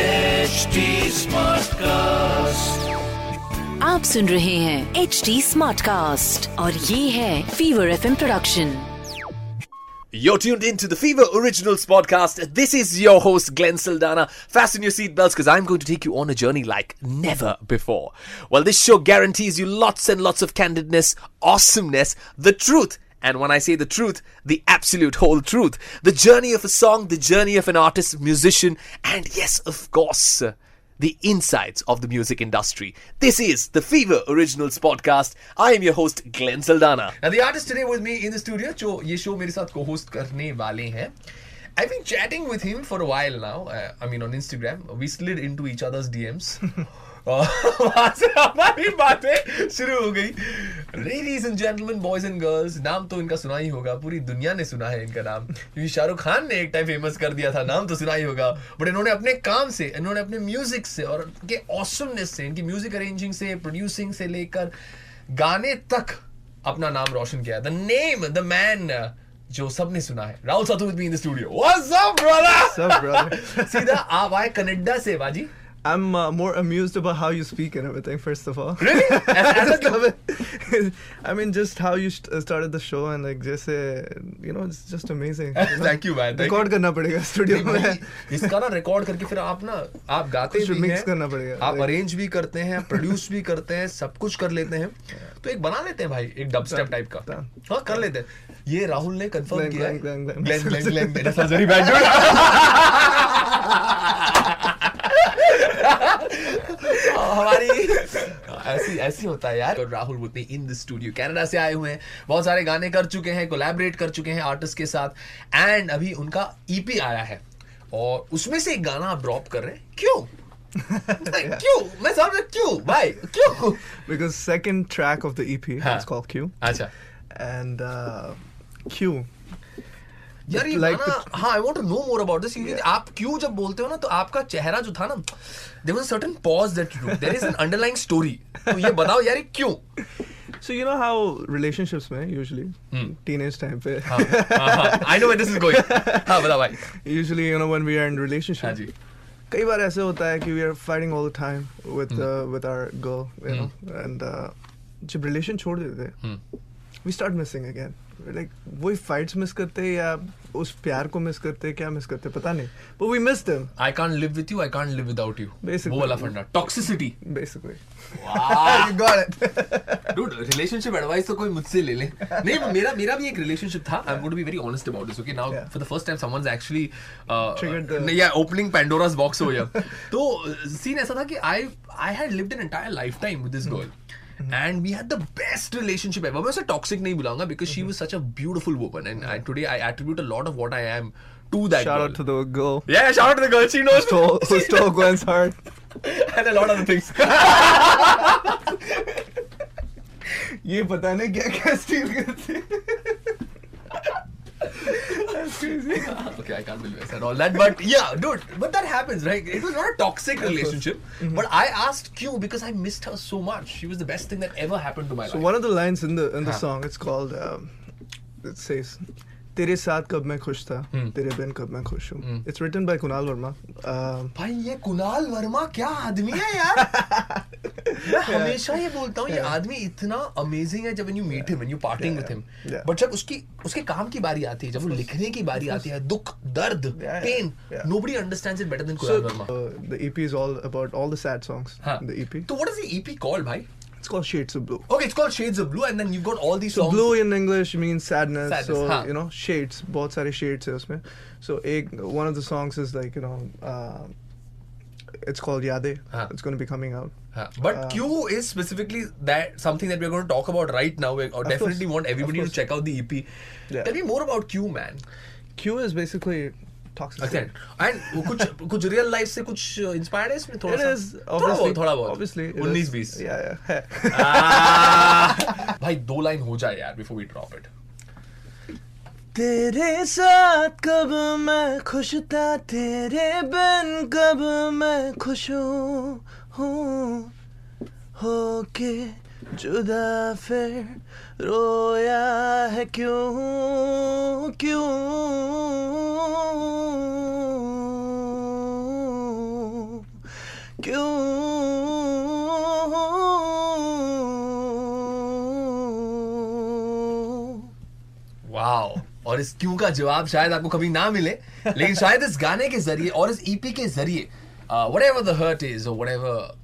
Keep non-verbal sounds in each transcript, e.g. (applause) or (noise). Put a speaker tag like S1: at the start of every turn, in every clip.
S1: HD Smartcast.
S2: आप सुन रहे हैं एच डी स्मार्ट कास्ट और ये है fever F production
S3: You're tuned into the Fever Originals podcast. This is your host, Glenn Saldana. Fasten your seatbelts because I'm going to take you on a journey like never before. Well, this show guarantees you lots and lots of candidness, awesomeness, the truth. And when I say the truth, the absolute whole truth. The journey of a song, the journey of an artist, musician, and yes, of course, the insights of the music industry. This is the Fever Originals podcast. I am your host, Glenn Saldana.
S4: Now the artist today with me in the studio जो ये show मेरे साथ co-host करने वाले हैं I've been chatting with him for a while now. Uh, I mean, on Instagram, we slid into each other's DMs.
S3: (laughs)
S4: और वहाँ से हमारी बातें शुरू हो गई ladies and gentleman boys and girls नाम तो इनका सुना ही होगा पूरी दुनिया ने सुना है इनका नाम क्योंकि शाहरुख खान ने एक टाइम फेमस कर दिया था नाम तो सुना ही होगा बट इन्होंने अपने काम से इन्होंने अपने म्यूजिक से और इनके ऑसमनेस से इनकी म्यूजिक अरेंजिंग से प्रोड्यूसिंग से लेकर गाने तक अपना नाम रोशन किया द नेम द मैन जो सबने सुना है Rahul Sathu with me in the studio what's up brother
S5: What's up, brother? (laughs)
S4: सीधा आप आए कनाडा से बाजी
S5: I'm uh, more amused about how you speak and everything. First of all, (laughs)
S4: Really?
S5: I
S4: As- as
S5: just
S4: a-
S5: love it. (laughs) I mean, just how you st- started the show and like just uh, you know, it's just amazing. you know?
S4: Thank you, man. Thank
S5: Record करना पड़ेगा studio में.
S4: इसका ना record करके फिर आप ना आप गाते
S5: कुछ
S4: भी
S5: mix
S4: हैं,
S5: करना पड़ेगा।
S4: आप
S5: Like-
S4: अरेंज भी करते हैं प्रोड्यूस भी करते हैं सब कुछ कर लेते हैं तो एक बना लेते हैं भाई एक डबस्टेप
S5: Done.
S4: टाइप का
S5: Done.
S4: हाँ कर लेते हैं ये राहुल ने कंफर्म
S5: Glenn,
S4: किया है।
S5: Glenn, Glenn, Glenn.
S4: Glenn, Glenn, Glenn, Glenn. That sounds very bad,
S5: (laughs)
S4: dude. Oh, हमारी ऐसी ऐसी होता है यार और Rahul Mutni in the studio Canada से आए हुए हैं बहुत सारे गाने कर चुके हैं कोलैबोरेट कर चुके हैं आर्टिस्ट के साथ एंड अभी उनका ईपी आया है और उसमें से एक गाना आप ड्रॉप कर रहे हैं
S5: (laughs)
S4: क्यों Like, क्यों मैं समझ रहा क्यों भाई
S5: (laughs)
S4: क्यों
S5: Because second track of the EP
S4: हाँ.
S5: is called Q,
S4: अच्छा
S5: and uh, Q.
S4: यार ये
S5: Like
S4: गाना हाँ I want to know more about this आप क्यों जब बोलते हो ना तो आपका चेहरा जो था ना there was certain pause that there is an underlying story तो ये बताओ यार ये क्यों
S5: So you know how relationships में usually
S4: Hmm.
S5: teenage time पे
S4: I know where this is going हाँ बताओ भाई
S5: (laughs) usually you know when we are in
S4: हाँ
S5: relationship
S4: जी
S5: कई बार ऐसे होता है कि we are fighting all the time with with our girl you know and uh, जब रिलेशन छोड़ देते we start missing again like वही फाइट्स मिस करते हैं या उस प्यार को मिस करते हैं, क्या मिस करते हैं, पता नहीं but we miss them
S4: I can't live with you I can't live without you
S5: Basically.
S4: वो वाला फंडा टॉक्सिसिटी
S5: बेसिकली
S4: वाह
S5: got it
S4: dude relationship advice तो कोई मुझसे ले ले नहीं मेरा मेरा भी एक रिलेशनशिप था I am going to be very honest about this okay now
S5: Yeah.
S4: For the first time someone is uh,
S5: Triggered the-
S4: actually या ओपनिंग पेंडोरास बॉक्स हो गया
S5: (laughs)
S4: तो सीन ऐसा था कि I I had lived an entire life time with this
S5: Mm-hmm.
S4: Girl and we had the best relationship ever मैं उसे टॉक्सिक नहीं बुलाऊंगा because she was
S5: Mm-hmm.
S4: Such a beautiful woman and today I attribute a lot of what I am to that
S5: shout out to the girl
S4: Yeah, shout out to the girl. She knows
S5: who stole Gwen's heart.
S4: (laughs) and a lot of other things.
S5: (laughs) ये पता नहीं क्या क्या steel करते हैं।
S4: (laughs) okay, I can't believe I said all that, but yeah, dude, but that happens, right? It was not a toxic relationship,
S5: Mm-hmm.
S4: but I asked Q because I missed her so much. She was the best thing that ever happened to my
S5: So
S4: life.
S5: one of the lines in the in the
S4: हाँ.
S5: song it's called um, it says तेरे साथ कब मैं खुश था
S4: Hmm.
S5: तेरे बिन कब मैं खुश हूँ it's written by Kunal Verma um,
S4: भाई ये कुणाल वर्मा क्या आदमी है
S5: (laughs)
S4: यार मैं हमेशा ये बोलता हूँ ये आदमी इतना अमेजिंग है जब when you meet him when you parting
S5: Yeah,
S4: with him
S5: yeah. Yeah.
S4: but जब उसकी उसके काम की बारी आती है जब वो लिखने की बारी आती है दुख दर्द
S5: yeah,
S4: pain
S5: yeah.
S4: nobody understands it better than
S5: so
S4: Kunal Verma
S5: uh, the EP is all about all the sad songs
S4: हाँ
S5: the EP
S4: तो what is the EP called भाई
S5: it's called Shades of Blue
S4: Okay, it's called Shades of Blue, and then you've got all these
S5: So
S4: songs.
S5: blue in English means sadness.
S4: Sadness,
S5: so
S4: हाँ.
S5: you know shades. बहुत सारे shades है उसमें. So एक one of the songs is like you know uh, it's called Yade.
S4: हाँ.
S5: It's going to be coming out.
S4: हाँ, But
S5: Uh,
S4: Q is specifically that something that we're going to talk about right now. We definitely
S5: course,
S4: want
S5: of
S4: everybody to
S5: course.
S4: check out the EP.
S5: Yeah.
S4: Tell me more about Q, man.
S5: Q is basically toxic.
S4: Again, and वो
S5: (laughs)
S4: कुछ कुछ real life से कुछ uh, inspired है इसमें थोड़ा
S5: It
S4: सा.
S5: is
S4: थोड़ा
S5: obviously
S4: बहुत थोड़ा बहुत.
S5: obviously it is-
S4: 19 20.
S5: Yeah, yeah. है.
S4: Ah! भाई दो लाइन हो जाए यार before we drop it.
S5: तेरे साथ कब मैं खुश था तेरे बिन कब मैं खुश हूँ हूँ होके जुदा फिर रोया है क्यों क्यों
S3: क्यों
S4: वाओ और इस क्यों का जवाब शायद आपको कभी ना मिले (laughs) लेकिन शायद इस गाने के जरिए और इस ईपी के जरिए uh, whatever the hurt is whatever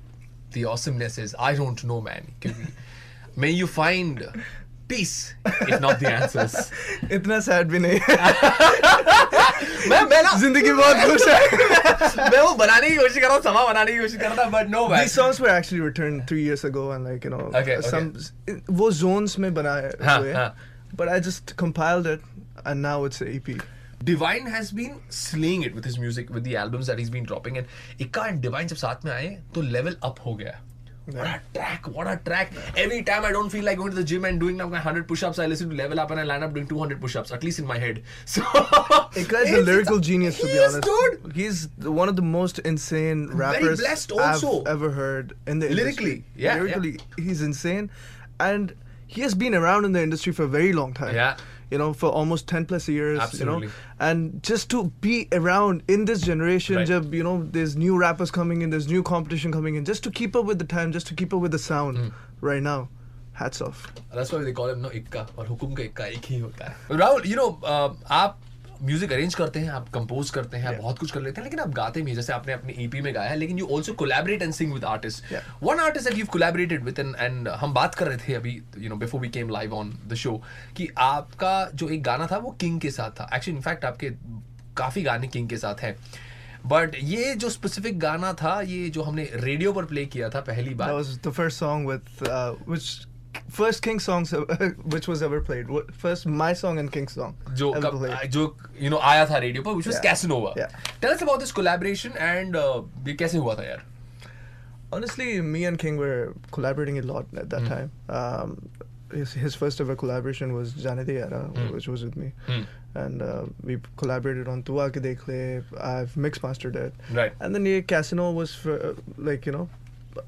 S4: the awesomeness is I don't know man (laughs) क्योंकि may you find peace if not the answers
S5: इतना सैड भी नहीं है
S4: (laughs) मैं मैं (laughs) ना
S5: जिंदगी बहुत खुश है
S4: मैं वो बनाने की कोशिश कर रहा हूँ समा बनाने की कोशिश कर रहा था but no
S5: These songs were actually returned three years ago, and like you know,
S4: Okay, okay.
S5: some वो zones में बनाए
S4: हाँ,
S5: हुए,
S4: हाँ.
S5: but I just compiled it, and now it's an EP.
S4: Divine has been slaying it with his music, with the albums that he's been dropping. And Ikka and Divine जब साथ में आए तो level up हो गया. What a track! What a track! Every time I don't feel like going to the gym and doing now my 100 push-ups, I listen to Level Up and I land up doing 200 push-ups, at least in my head. (laughs) So
S5: It guy's a lyrical genius, to
S4: he
S5: be
S4: is,
S5: honest.
S4: dude.
S5: He's one of the most insane rappers
S4: blessed
S5: I've
S4: also.
S5: ever heard in the
S4: Lyrically, yeah,
S5: industry.
S4: yeah.
S5: lyrically, he's insane, and he has been around in the industry for a very long time.
S4: Yeah.
S5: You know, for almost ten plus years. You
S4: Absolutely.
S5: know, and just to be around in this generation,
S4: Right.
S5: जब, you know, there's new rappers coming in, there's new competition coming in, just to keep up with the time, just to keep up with the sound.
S4: Hmm.
S5: Right now, hats off.
S4: That's why they call him no Ikka और हुकुम का Ikka एक ही होता है. Rahul, you know uh, आप music arrange करते हैं आप compose करते हैं आप बहुत कुछ कर लेते हैं लेकिन आप गाते भी हैं, जैसे आपने अपने ईपी में गाया है लेकिन you also collaborate and sing with artist
S5: Yeah.
S4: One artist that you collaborated with and and हम बात कर रहे थे अभी you know before we came live on the show कि आपका जो एक गाना था वो किंग के साथ था एक्चुअली इनफैक्ट आपके काफ़ी गाने किंग के साथ हैं बट ये जो स्पेसिफिक गाना था ये जो हमने रेडियो पर प्ले किया था पहली
S5: That
S4: बार
S5: was the first song with uh, which first King song so- (laughs) which was ever played. Wha- First my song and King song
S4: जो
S5: ever
S4: कब,
S5: played.
S4: जो यू नो आया था रेडियो पर which was
S5: Yeah.
S4: Casanova
S5: Yeah.
S4: Tell us about this collaboration and uh, ये कैसे हुआ था यार
S5: Honestly, me and King were collaborating a lot at that time. Um, his, his first ever collaboration was Jaane De Yara, which was with me, and uh, we collaborated on Tua Ke Dekh Le. I've mix mastered it,
S4: Right.
S5: And then yeah, Casino was for, uh, like you know,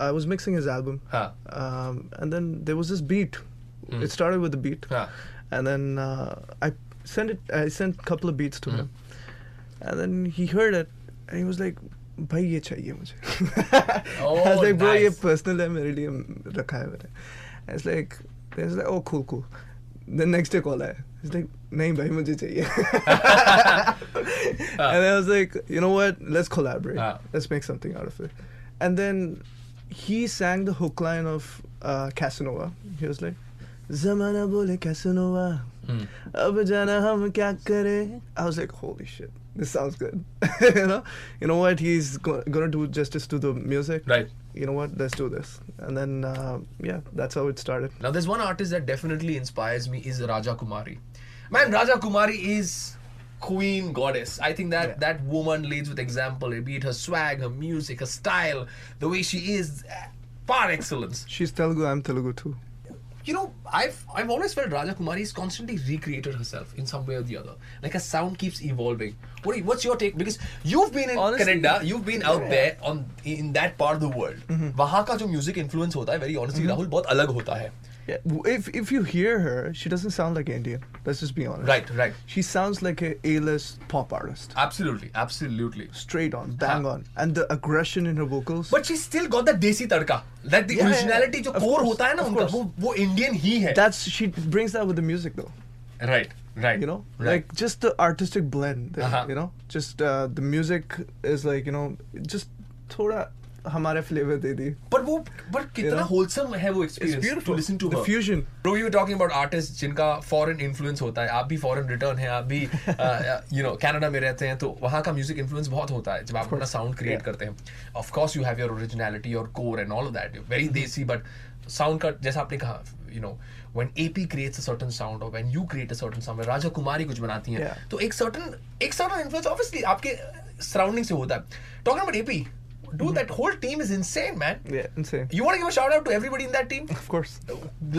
S5: I was mixing his album,
S4: हाँ
S5: um, and then there was this beat.
S4: Hmm.
S5: It started with the beat,
S4: हाँ
S5: and then uh, I sent it. I sent a couple of beats to
S4: Hmm.
S5: him, and then he heard it, and he was like, "भाई ये चाहिए मुझे." I was
S4: (laughs) Oh,
S5: like, "Bro, ये
S4: nice.
S5: personal है मेरे लिए म- रखा है मैंने." I was like, I was like, "Oh, cool, cool." Then next day call आया. He's like, "नहीं भाई
S4: (laughs)
S5: मुझे चाहिए." (laughs) and I was like, "You know what? Let's collaborate.
S4: हाँ.
S5: Let's make something out of it." And then he sang the hook line of uh, Casanova. He was like, "Zamana bole Casanova,
S4: Hmm.
S5: ab jana hum kya kare." I was like, "Holy shit, this sounds good." (laughs) you know, you know what? He's go- gonna do justice to the music.
S4: Right.
S5: You know what? Let's do this. And then uh, yeah, that's how it started.
S4: Now, there's one artist that definitely inspires me is Raja Kumari. Man, Raja Kumari is queen goddess. I think that
S5: Yeah.
S4: that woman leads with example, be it her swag, her music, her style, the way she is, eh, par excellence.
S5: She's Telugu. I'm Telugu too.
S4: You know, I've I've always felt Raja Kumari is constantly recreated herself in some way or the other. Like her sound keeps evolving. What do you- what's your take? Because you've been in
S5: Honestly-
S4: Canada, you've been out there on in that part of the world.
S5: Mm-hmm.
S4: वहाँ का जो music influence होता है, very honestly, Rahul बहुत अलग होता है.
S5: Yeah. w- If if you hear her, she doesn't sound like an Indian. Let's just be honest.
S4: Right, right.
S5: She sounds like a A-list pop artist.
S4: Absolutely, absolutely.
S5: straight on, bang on, and the aggression in her vocals.
S4: But she still got the desi tadka that the
S5: Yeah,
S4: originality
S5: yeah,
S4: जो
S5: of
S4: core
S5: course,
S4: होता है ना
S5: of
S4: उनका
S5: course.
S4: वो वो Indian ही है
S5: that's she brings that with the music though.
S4: Right right
S5: You know, like just the artistic blend. there,
S4: Uh-huh.
S5: You know, just uh, the music is like you know just thoda हमारे flavor दे दी.
S4: But वो but कितना
S5: know?
S4: Wholesome है वो
S5: It's
S4: experience to
S5: beautiful.
S4: Listen to
S5: the fusion.
S4: Bro you talking about artist जिनका foreign influence होता है आप भी फॉरेन रिटर्न है
S5: (laughs)
S4: आप भी uh, यू नो कनाडा में रहते हैं तो वहाँ का म्यूजिक इन्फ्लुएंस बहुत होता है जब आप अपना साउंड क्रिएट
S5: Yeah.
S4: करते हैं of course you have your originality your core and all of that very
S5: Mm-hmm.
S4: Desi but sound का जैसा आपने कहा you know when AP creates a certain sound or when you create a certain sound, when Raja Kumari कुछ बनाती हैं
S5: Yeah.
S4: तो एक certain एक certain influence obviously आपके surrounding से होता है talking about AP dude that whole team is insane man
S5: Mm-hmm. Yeah, insane.
S4: you want to give a shout out to everybody in that team
S5: Of course.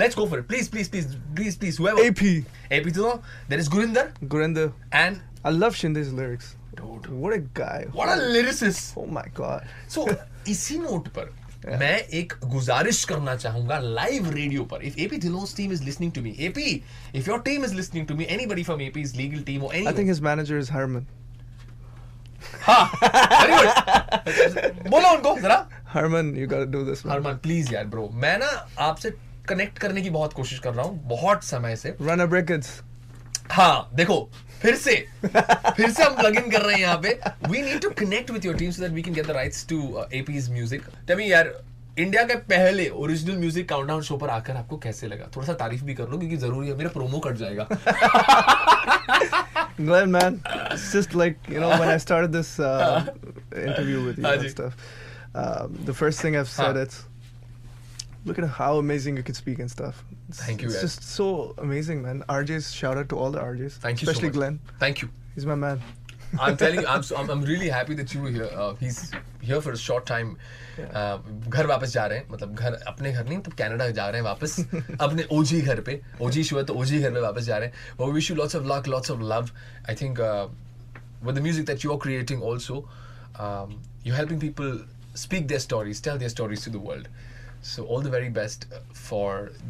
S4: Let's go for it. Please, please, please, please, please. Whoever.
S5: AP
S4: AP Tullo. There is Gurinder.
S5: Gurinder.
S4: And
S5: I love Shinde's lyrics.
S4: Dude.
S5: What a guy.
S4: what a lyricist.
S5: Oh my god. (laughs)
S4: So, इसी note पर मैं एक गुजारिश करना चाहूंगा live radio पर if AP Dhillon's team is listening to me AP if your team is listening to me anybody from AP's legal team और
S5: I think
S4: any
S5: his manager is Herman.
S4: बोलो उनको जरा
S5: Harman, you gotta do this one.
S4: Harman please यार bro मैं ना आपसे connect करने की बहुत कोशिश कर रहा हूँ बहुत समय से
S5: Run up records.
S4: हाँ देखो फिर से फिर से हम लग इन कर रहे हैं यहाँ पे we need to connect with your team so that we can get the rights to AP's music तभी यार इंडिया के पहले ओरिजिनल म्यूजिक काउंटडाउन शो पर आकर आपको कैसे लगा थोड़ा सा तारीफ भी कर लो क्योंकि जरूरी है मेरा प्रोमो कट जाएगा
S5: Glenn, man, it's just like you know when I started this
S4: (laughs)
S5: uh, interview with you
S4: Haji.
S5: and stuff. Um, the first thing I've said
S4: Huh.
S5: it's look at how amazing you can speak and stuff. It's,
S4: Thank you,
S5: It's
S4: guys.
S5: just so amazing, man. RJ's shout out to all the RJs,
S4: Thank you so
S5: especially
S4: much.
S5: Glenn.
S4: Thank you
S5: He's my man.
S4: I'm telling you, I'm, so, I'm, I'm really happy that you were here. Uh, he's here for a short time. Uh, घर वापस जा रहे हैं मतलब घर अपने घर नहीं तो कनाडा जा रहे हैं वापस अपने ओजी घर पे ओजी शो है तो ओजी घर पे वापस जा रहे हैं वो wish you lots of luck lots of love I think uh, with the music that you are creating also um, you're helping people speak their stories tell their stories to the world so all the very best uh, for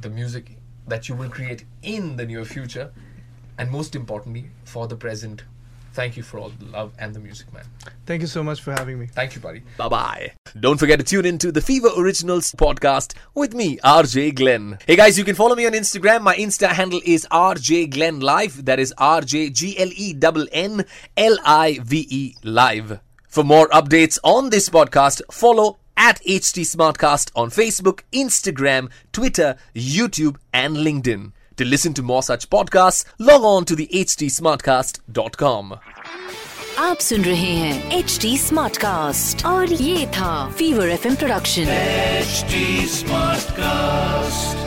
S4: the music that you will create in the near future and most importantly for the present thank you for all the love and the music man
S5: Thank you so much for having me.
S4: thank you buddy
S3: Bye bye. Don't forget to tune in to the Fever Originals podcast with me, RJ Glenn. Hey guys, you can follow me on Instagram. My Insta handle is RJ Glenn Live. That is R J G L E N N L I V E Live. For more updates on this podcast, follow at HT Smartcast on Facebook, Instagram, Twitter, YouTube, and LinkedIn. To listen to more such podcasts, log on to the htsmartcast.com.
S2: आप सुन रहे हैं H D smart cast और ये था fever F production
S1: HD Smartcast.